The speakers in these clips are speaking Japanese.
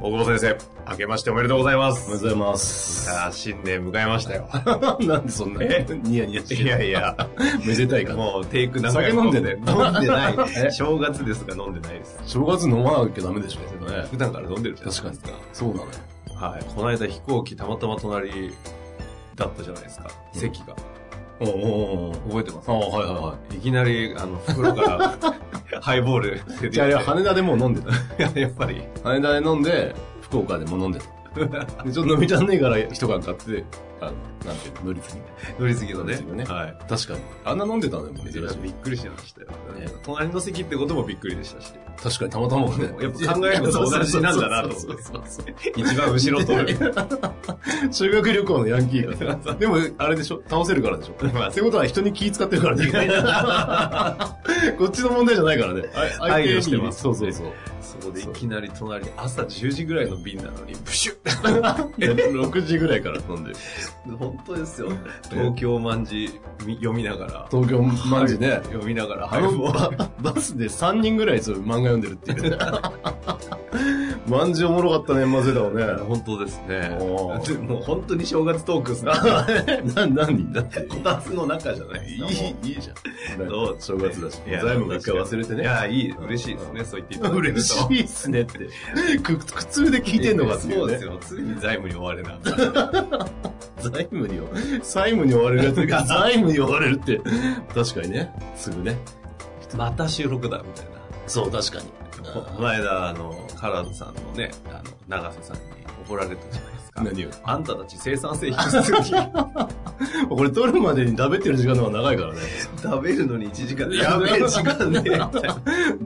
大久保先生、明けましておめでとうございます。おはようございます。あー新年迎えましたよ。なんでそんなえニヤニヤし ているやいや、めでたいから。もうテイク何回酒も飲んでね飲んで ないえ。正月ですが飲んでないです。正月飲まなきゃダメでしょ。ね普段から飲んでるじゃないです確かに。そうだね。か。はい。この間飛行機たまたま隣だったじゃないですか。うん席が。おうおうおう覚えてます。あはいはいはいいきなり、あの、袋から ハイボール出てきい。てじゃああれは羽田でもう飲んで た。やっぱり。羽田で飲んで、福岡でも飲ん でた。でちょっと飲み足んねえから一缶買って、あの、なんていうの、乗り継ぎ。乗り継ぎの乗り継ぎね。ねはい。確かに。あんな飲んでたのよ、珍しいいや。びっくりしましたよね。隣の席ってこともびっくりでしたし。確かにたまたまね。やっぱ考えること同じなんだなと思って そうそうそうそう一番後ろ通る。修学旅行のヤンキーがさ。でも、あれでしょ倒せるからでしょ まあってことは人に気使ってるからね。 こっちの問題じゃないからね。あ配慮してますそうそうそう。そこでいきなり隣、朝10時ぐらいの便なのに、プシュッ 6時ぐらいから飲んで。本当ですよ。東京卍み読みながら、東京マジね。読みながら、あ配の布を。ババスで3人ぐらいそういう漫画読んでるっ ていうね。マンジおもろかったね、マジだもね。本当ですねおーでもう本当に正月トークっすな。 な、何だって。こたつの中じゃないいですか。もい、いいじゃん。どう正月だし。い財や務も一回忘れてういね。や、いい、嬉しいですね、そう言っていただけると。嬉しいっすねって。く、苦痛で聞いてんのかっていそううねです。よ。常に財務に追われな。財務に追債務に追われるやつが財務に追われるって確かにねすぐね また収録だ、みたいな。そう確かにこの間、あの、カラーズさんのね、あの、長瀬さんに怒られたじゃないですか。何よあんたたち生産性低すぎ。これ取るまでに食べてる時間の方が長いからね食べるのに1時間で。やべえ時間ね。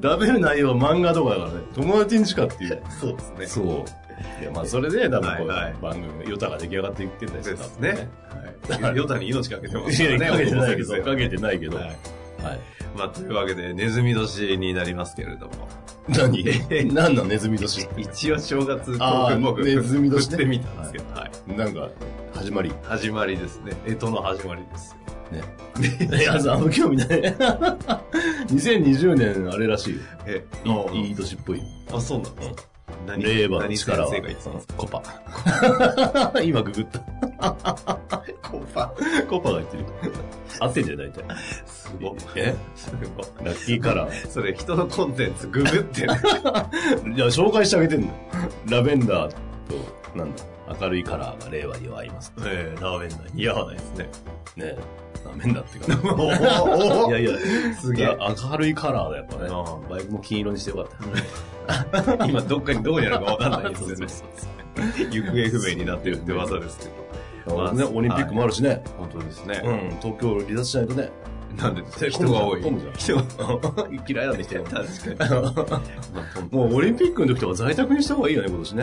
食べる内容は漫画とかだからね友達んちかっていうそうですね。そういやまあそれで多分こう、はいはい番組のヨタが出来上がっていってんだよそうで多す分ね。はい。ヨタに命かけてますいやかけてないけどはかい。けてないけど、はいまあ、というわけで、ネズミ年になりますけれども。何何なのネズミ年一応正月、あー僕、ネズミ年振ねってみたんですけど、はい。なんか始まり始まりですね。えとの始まりですよ。 いや、あの、興味ない。2020年、あれらしいよ。え、いいいい年っぽい。あ、そうなの何令和の何先力は。生が言ってますコパ。 今ググった。コパ。コパが言ってる。合ってんじゃないと。すごい。えすごい。ラッキーカラー。それ人のコンテンツググってね。いや、紹介してあげてんの。ラベンダーと、なんだ、明るいカラーが令和には合います。ええ、ラーメンダー似合わないですね。ねラベンダーっていうか、 おお いやいや、すげえ。明るいカラーだ、やっぱねあ。バイクも金色にしてよかっ た。今どっかにどこにあるかわかんないですよそうね。そう行方不明になってるって技ですけど。そうまあね、オリンピックもあるしね。本当ですねうん、東京離脱しない とね。なんでですか人が多い。混むじゃん人が嫌いなんで人確がかに。 もうオリンピックの時とか在宅にした方がいいよね、今年ね。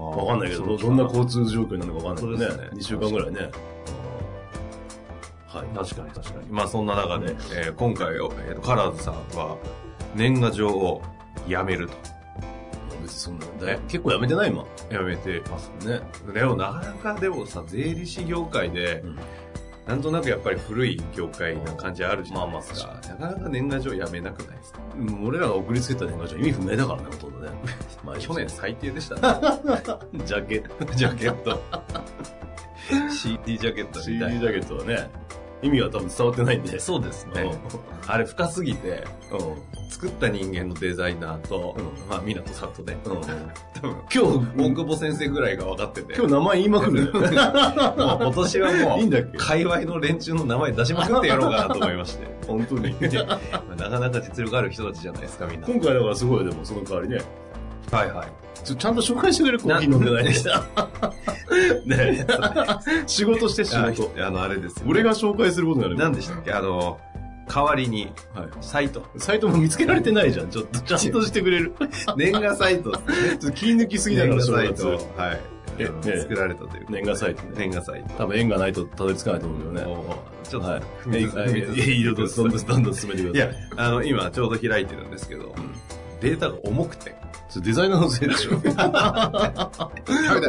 わかんないけど、どどんな交通状況になるのかわかんないけそうどでねすね。 2週間ぐらいね。はい。確かに確かに。まあそんな中で、えー今回、えーとカラーズさんは年賀状をやめると。別にそんな、だ結構やめてない今。やめてます。ね。でもなかなかでもさ、税理士業界で、うんなんとなくやっぱり古い業界な感じあるじゃないですか。まなかなか年賀状やめなくないですかうん俺らが送りつけた年賀状意味不明だからね、ほと んどね。まあ去年、最低でしたね。ジャケット。 ジャケッ ト。CD ジャケット CD みジたいャな。ケットはね、意味が多分伝わってないんで。そうですうん。ね。あれ深すぎて、うん。作った人間のデザイナーと、うまあ、湊さんとね、うん。多分、今大日、久保先生ぐらいが分かってて、今日名前言いまくる んだもよう今年 はいもいんう、だっけ界隈の連中の名前出しまくってやろうかなと思いま して。本当に。まあなかなか実力ある人たちじゃないですか、みんな。今回だからすごい、でもその代わりね。はいはい。ちょちゃんと紹介してくれるコーヒー飲んでないでしね 仕事して仕あ事。あの、あれですよ、俺が紹介することになる。何でしたっけあの、代わりに、はい。サイト。サイトも見つけられてないじゃん。ちょっと、 ちゃんとしてくれる。 年賀サイトですね。ちょっと切り抜きすぎだから、年賀サ正イ月ト。。はい。えあのええ作られたという。年賀サイトね年賀サイト。多分縁がないとたどり着かないと思うんだよね。ちょっと、はい。 踏みえ踏みえいやいい よ、どんどんどんどん進めてくいださやい。、あの、今ちょうど開いてるんですけど、データが重くて。それデザイナーのせいでしょ。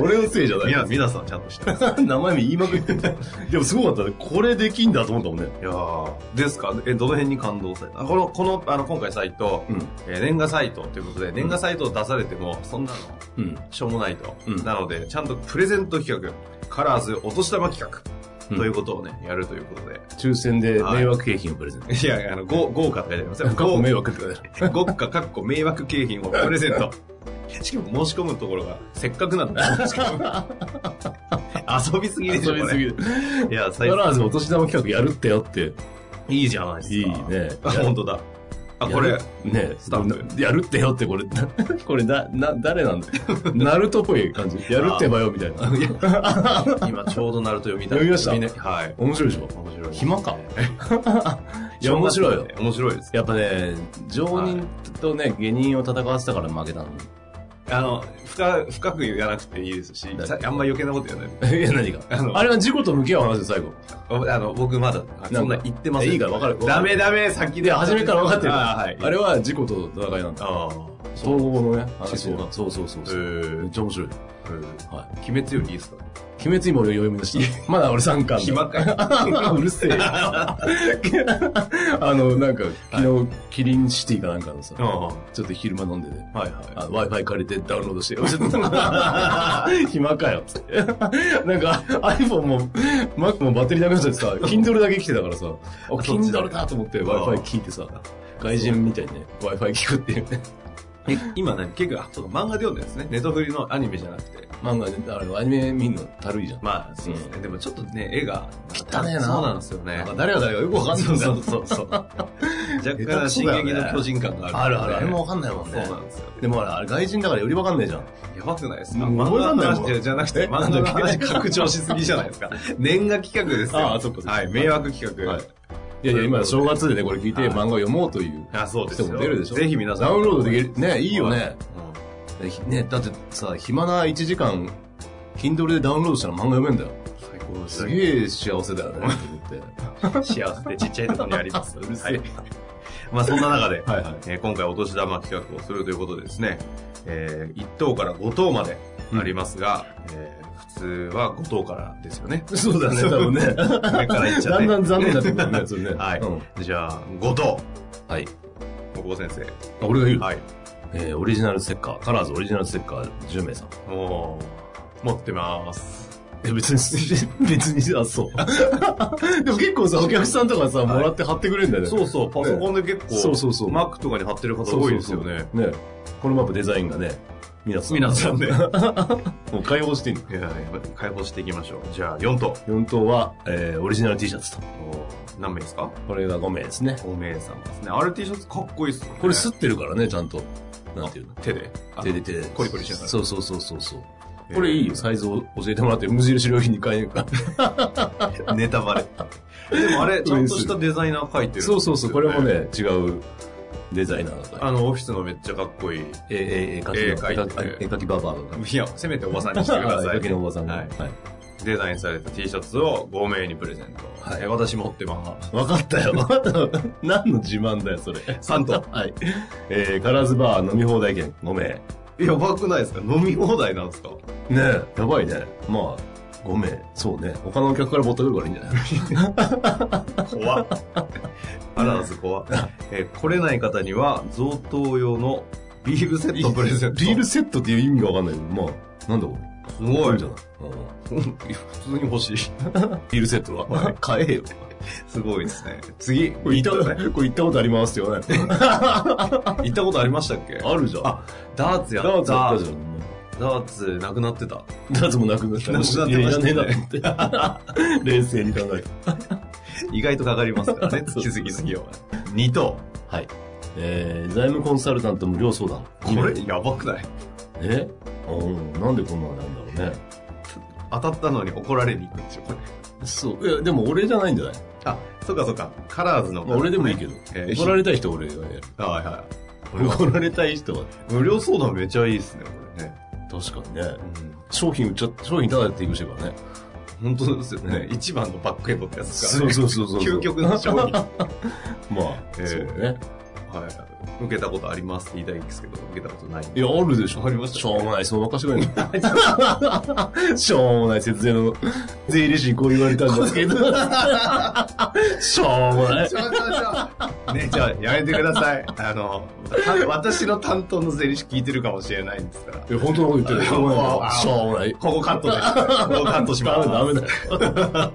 俺のせいじゃないい。や、皆さんちゃんとしてます。 名前言いまくってた。 でもすごかったね。これできんだと思ったもんね。いやーですかえ、どの辺に感動されたあこの、この、あの、今回サイト、うんえー年賀サイトということで、年賀サイトを出されても、そんなの、うん。しょうもないと。うんなので、ちゃんとプレゼント企画、カラーズお年玉企画、うんということをね、やるということで。 抽選ではい迷惑景品をプレゼント。いや、あの、豪豪華って書いてあります よ。過去豪迷惑って書いてあ る豪華、かっこ迷惑景品をプレゼン ト。しかも申し込むところが、せっかくなんだ。しかも遊びすぎでしょ、遊 びすぎこる。れ。いや、最カ高。ラーズお年玉企画やるってよって。いいじゃないですか。いいね。あ、本当だ。あ、こ れや、るねスタンプなやるってよってこれ、な これな、な、誰なんだ ナルトっぽい感じ。やるってばよみたいな。今ちょうどなると読みた読みましたねはい。面白いでしょ面白い。暇かいいや、や、面面白白 いいよよ。。面白いです。やっぱね、常人とね、下人を戦わせたから負けたの。あの、深、深く言わなくていいですし、さあんま余計なこと言わないで いや、何があのあれは事故と向き合う話で最後。おあの、僕まだ、そんな言ってません。いいから分かる。ダメダメ、先で、で。初めから分かってる。あーはい。あれは事故と戦いなんだ。ああ。統合のね、話思想が。そうそうそうえそう。めっーちゃ面白い。えーは鬼滅よりいいですかい。鬼滅今俺読みました。まだ俺3巻。暇かよ。 うるせえよ。あの、なんか、昨日、キリンシティかなんかのさ、はちょっと昼間飲んでね。いはい。あ Wi-Fi 借りてダウンロードしてよ。ちょっ と暇かよ。つってなんか iPhone も Mac もバッテリーなくなっちゃってさ、Kindle だけ来てたからさ、あ、そっちだ Kindle だと思って Wi-Fi 聞いてさ、外人みたいにね、Wi-Fi 聞くっていうね。 え今ね、結構、あそうか漫画で読んでるんですね。ネトフリのアニメじゃなくて。漫画で、あれ、アニメ見んのたるいじゃん。まあ、そうですね。でもちょっとね、絵が。汚ねえなそうなんですよねなん。か誰が誰かよくわかんないんだそうそうそう。 若干な、進撃の巨人感がああるるのあで。る。あれもわかんないもんそうね。なんですよ。でもほらあれ、外人だからよりわかんないじゃん。やばくないですかもう漫画の覚えらんないも話んじゃなくえて、漫画の話拡張しすぎじゃないで すか。年賀企画ですよ。ああそっかそっかはい、迷惑企画。はいいやいや、今、正月でね、これ聞いてはい漫画読もうというあ、そうです人よ。も出るでしょ。ぜひ皆さん。ダウンロードできる。ね、いいよね。うね、だってさ、暇な1時間、Kindle でダウンロードしたら漫画読めんだよ。ん。最高ですすね。げえ幸せだよね、って幸せでちっちゃいところにあります。 うるせえはい まあそんな中で、はいはいえー今回お年玉企画をするということでですね、えー、1等から5等までありますが、えー普通は5等からですよ ね。思って。そうだね、多分ね。上からいっちゃっだて。んだん残念だってくるね、それね。 はいうんじゃあ、5等。 はい。おこ先生。あ俺が言う。はい。えーオリジナルステッカー、カラーズオリジナルステッカー10名さん。もう、持ってます。え、別に、 別に、あ、そう。 でも結構さ、お客さんとかさ、もらって貼ってくれるんだよね。そうそう、パソコンで結構、そうそうそう Mac とかに貼ってる方多いですよね。ね。このマップデザインがね、皆さん。皆さんね。い もう解放していいの。や、やっぱり解放していきましょう。じゃあ、4等。 4等は、えーオリジナル T シャツと。何名ですかこれが5名ですね。 5名様ですね。あれ T シャツかっこいいっすよね。これ吸ってるからね、ちゃんと。なんていうの手で。手で手で。コリコリしながらそうそうそうそうそう。えーこれいいよ。サイズを教えてもらって、無印良品に買え るから。あ。 ネタバレ。でもあれ、ちゃんとしたデザイナー書いてる、そうそうそう。これも。ね、違うデザイナーだから。あの、オフィスのめっちゃかっこいい。ええ、ええ、絵描き絵描いのてる絵描きババアが。いや、せめておばさんにしてくださあい。絵描きのおばさんが。ははいい。デザインされた T シャツを5名にプレゼント。はいえー私持ってます。わかったよ。 何の自慢だよ、それ。 3等。はい。えー、カラーズバー飲み放題券5名。ねやばくないですか飲み放題なんですかえ、やばいね。まあ、5名。そうね。他のお客から持ってくるからいいんじゃない怖っ。アナウンス怖っ。えー来れない方には、贈答用のビールセットプレゼント。リールセットっていう意味がわかんないけど、まあ、なんだこれ。すいごいいんじゃない、うん、 普通に欲しい。リールセット は買えよ。すごいですね。次、これ行行った、これ行ったことありますよね。ったことありましたっけあるじゃん。あダーツやった。ダーツあったじん。ゃん。ダーツなくなってた。ダーツもなくなった。なくなってましたねいやいらねえなと思って。冷静に考えて。意外とかかります からね。気づきすぎよ。2等。はい。えー、財務コンサルタント無料相談。これ、やばくないえうん、なんでこんなんなんだろうね。当たったのに怒られに行くんでしょ、これ。そう。いや、でも俺じゃないんじゃないあ、そうかそうか。カラーズの。まあ俺でもいいけど。えー怒られたい人は俺がやる。ど。はいは怒られたい人は。い。無料相談めちゃいいですね、これね。確かにね。商品売っちゃ商品ただで提供してるからね。本当ですよねね。一番のバックエンドってやつですからそうね。そうそうそう。 究極の商品。。まあ、えーそうね。はい。受けたことありますって言いたいんですけど、受けたことないんいで。や、あるでしょ。ありましたしょうもない、その任せくれいしょうもない、節税の、税理士にこう言われたんですけど。しょうもない。ちょちょちょね、じゃあやめてくださ い。あの、た私の担当の税理士聞いてるかもしれないんですから。いや、本当のこと言ってる。しょうもなあい。しょうもない。ここカットです。ここカットしまダす。メだ、ダメだ。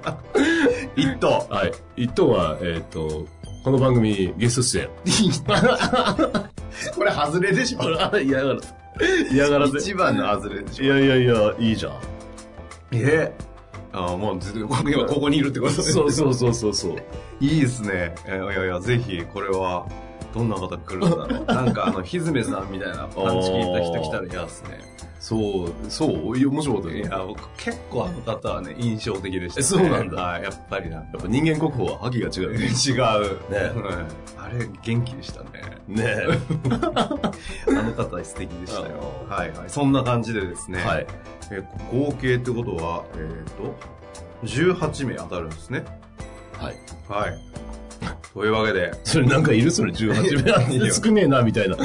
一等。はい。一等は、えーっ、と、この番組、ゲスト出演。これ外れでしょあら、 嫌がらせ。嫌がらせ。一番の外れでしいょやいやいや、いいじゃん。えああ、もうずっと、今ここにいるってことですねそうそうそうそうそう。いいですね。えーいやいや、ぜひ、これは、どんな方来るんだろう。なんか、あの、ひずめさんみたいなパンチ聞いた人来たら嫌ですね。そう、そう、いや、面白かったいね。や、僕、結構あの方はね、印象的でした、えね。そうなんだはい、やっぱりな。やっぱ人間国宝は覇気が違うよね。違う。ねうんあれ、元気でしたね。ね あの方、素敵でしたよ。はいはい。そんな感じでですね。え。はい。えー合計ってことは、えっ、と、18名当たるんですね。はい。はい。 というわけで、それなんかいるそれ18いや名。少ねえな、みたいな。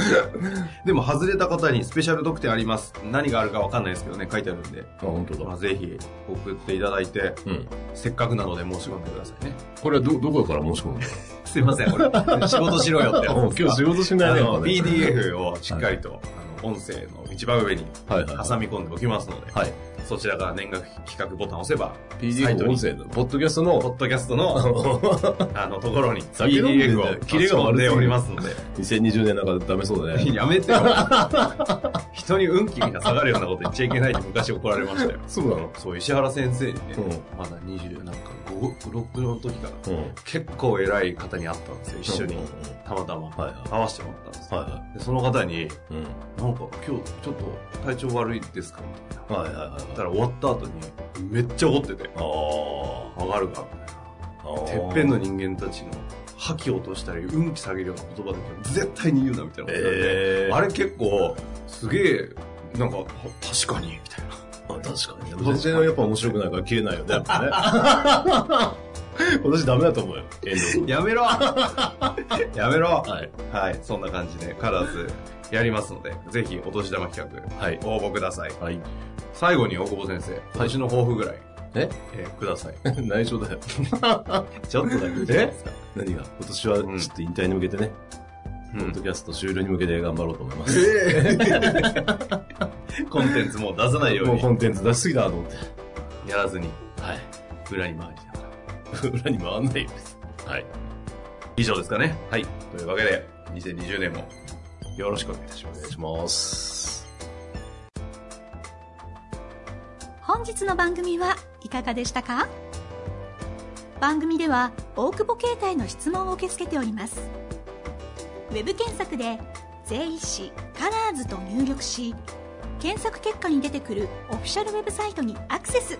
でも外れた方にスペシャル特典あります。何があるかわかんないですけどね、書いてあるんで。あ、本当まあ、。ぜひ送っていただいて、うん。せっかくなので申し込んでくださいね。これはど、どこから申し込むすいません、こ れ。仕事しろよってやつのですか 今日仕事しないあね。の、やっぱね PDF をしっかりと、あの、音声の一番上にはいはいはい。挟み込んでおきますので、はい。そちらから年額企画ボタンを押せば、サイトに PDF 音声の、ポッドキャストポの、ッドキャストの、 あの、ところに酒飲んでん PDF だよをキ差レが悪すぎるし込んでおりますので、 2020年なんかダメそうだね。やめてよ。人に運気が下がるようなこと言っちゃいけないって昔怒られましたよ。 そうなのそう、石原先生にね、うんまだ20なんか5、6の時かな。うん。結構偉い方に会ったんですよ、一緒にうんうん。たまたま。はいは会わせてもらったんですい。はいはでその方に、い。うん。なんか今日ちょっと体調悪いですかみたいな。はいはいはいだから終わった後に、めっちゃ怒ってて、は上がるかい。ああ。ら。てっぺんの人間たちの覇気を落としたり、運気下げるような言葉だけど、絶対に言うなみたいなこと言われてええ。あれ結構、すげえ、なんか、確かに、みたいな。あ確かに。全然やっぱ面白くないから消えないよね、やっぱね。 私ダメだと思うよ。遠藤君やめろ やめろはい。はい、そんな感じで、カラーズやりますので、ぜひお年玉企はい。画、応募ください。はい。最後に大久保先生、最初の抱負ぐらい、ええーください。 内緒だよ。 ちょっとだけえ何が今年はちょっと引退に向けてね、 うポッドん、キャスト終了に向けて頑張ろうと思います。えーコンテンツもう出さないようもうコに、ンテンツ出しすぎだなと思って。やらずに、はい。裏に回りながら。裏に回んないよ。はい。以上ですかね。はい。というわけで、2020年もよろしくお願いいたしまおす願い。します。本日の番組はいかがでしたか番組では大久保携帯の質問を受け付けておりますウェブ検索で「税理士カラーズと入力し検索結果に出てくるオフィシャルウェブサイトにアクセス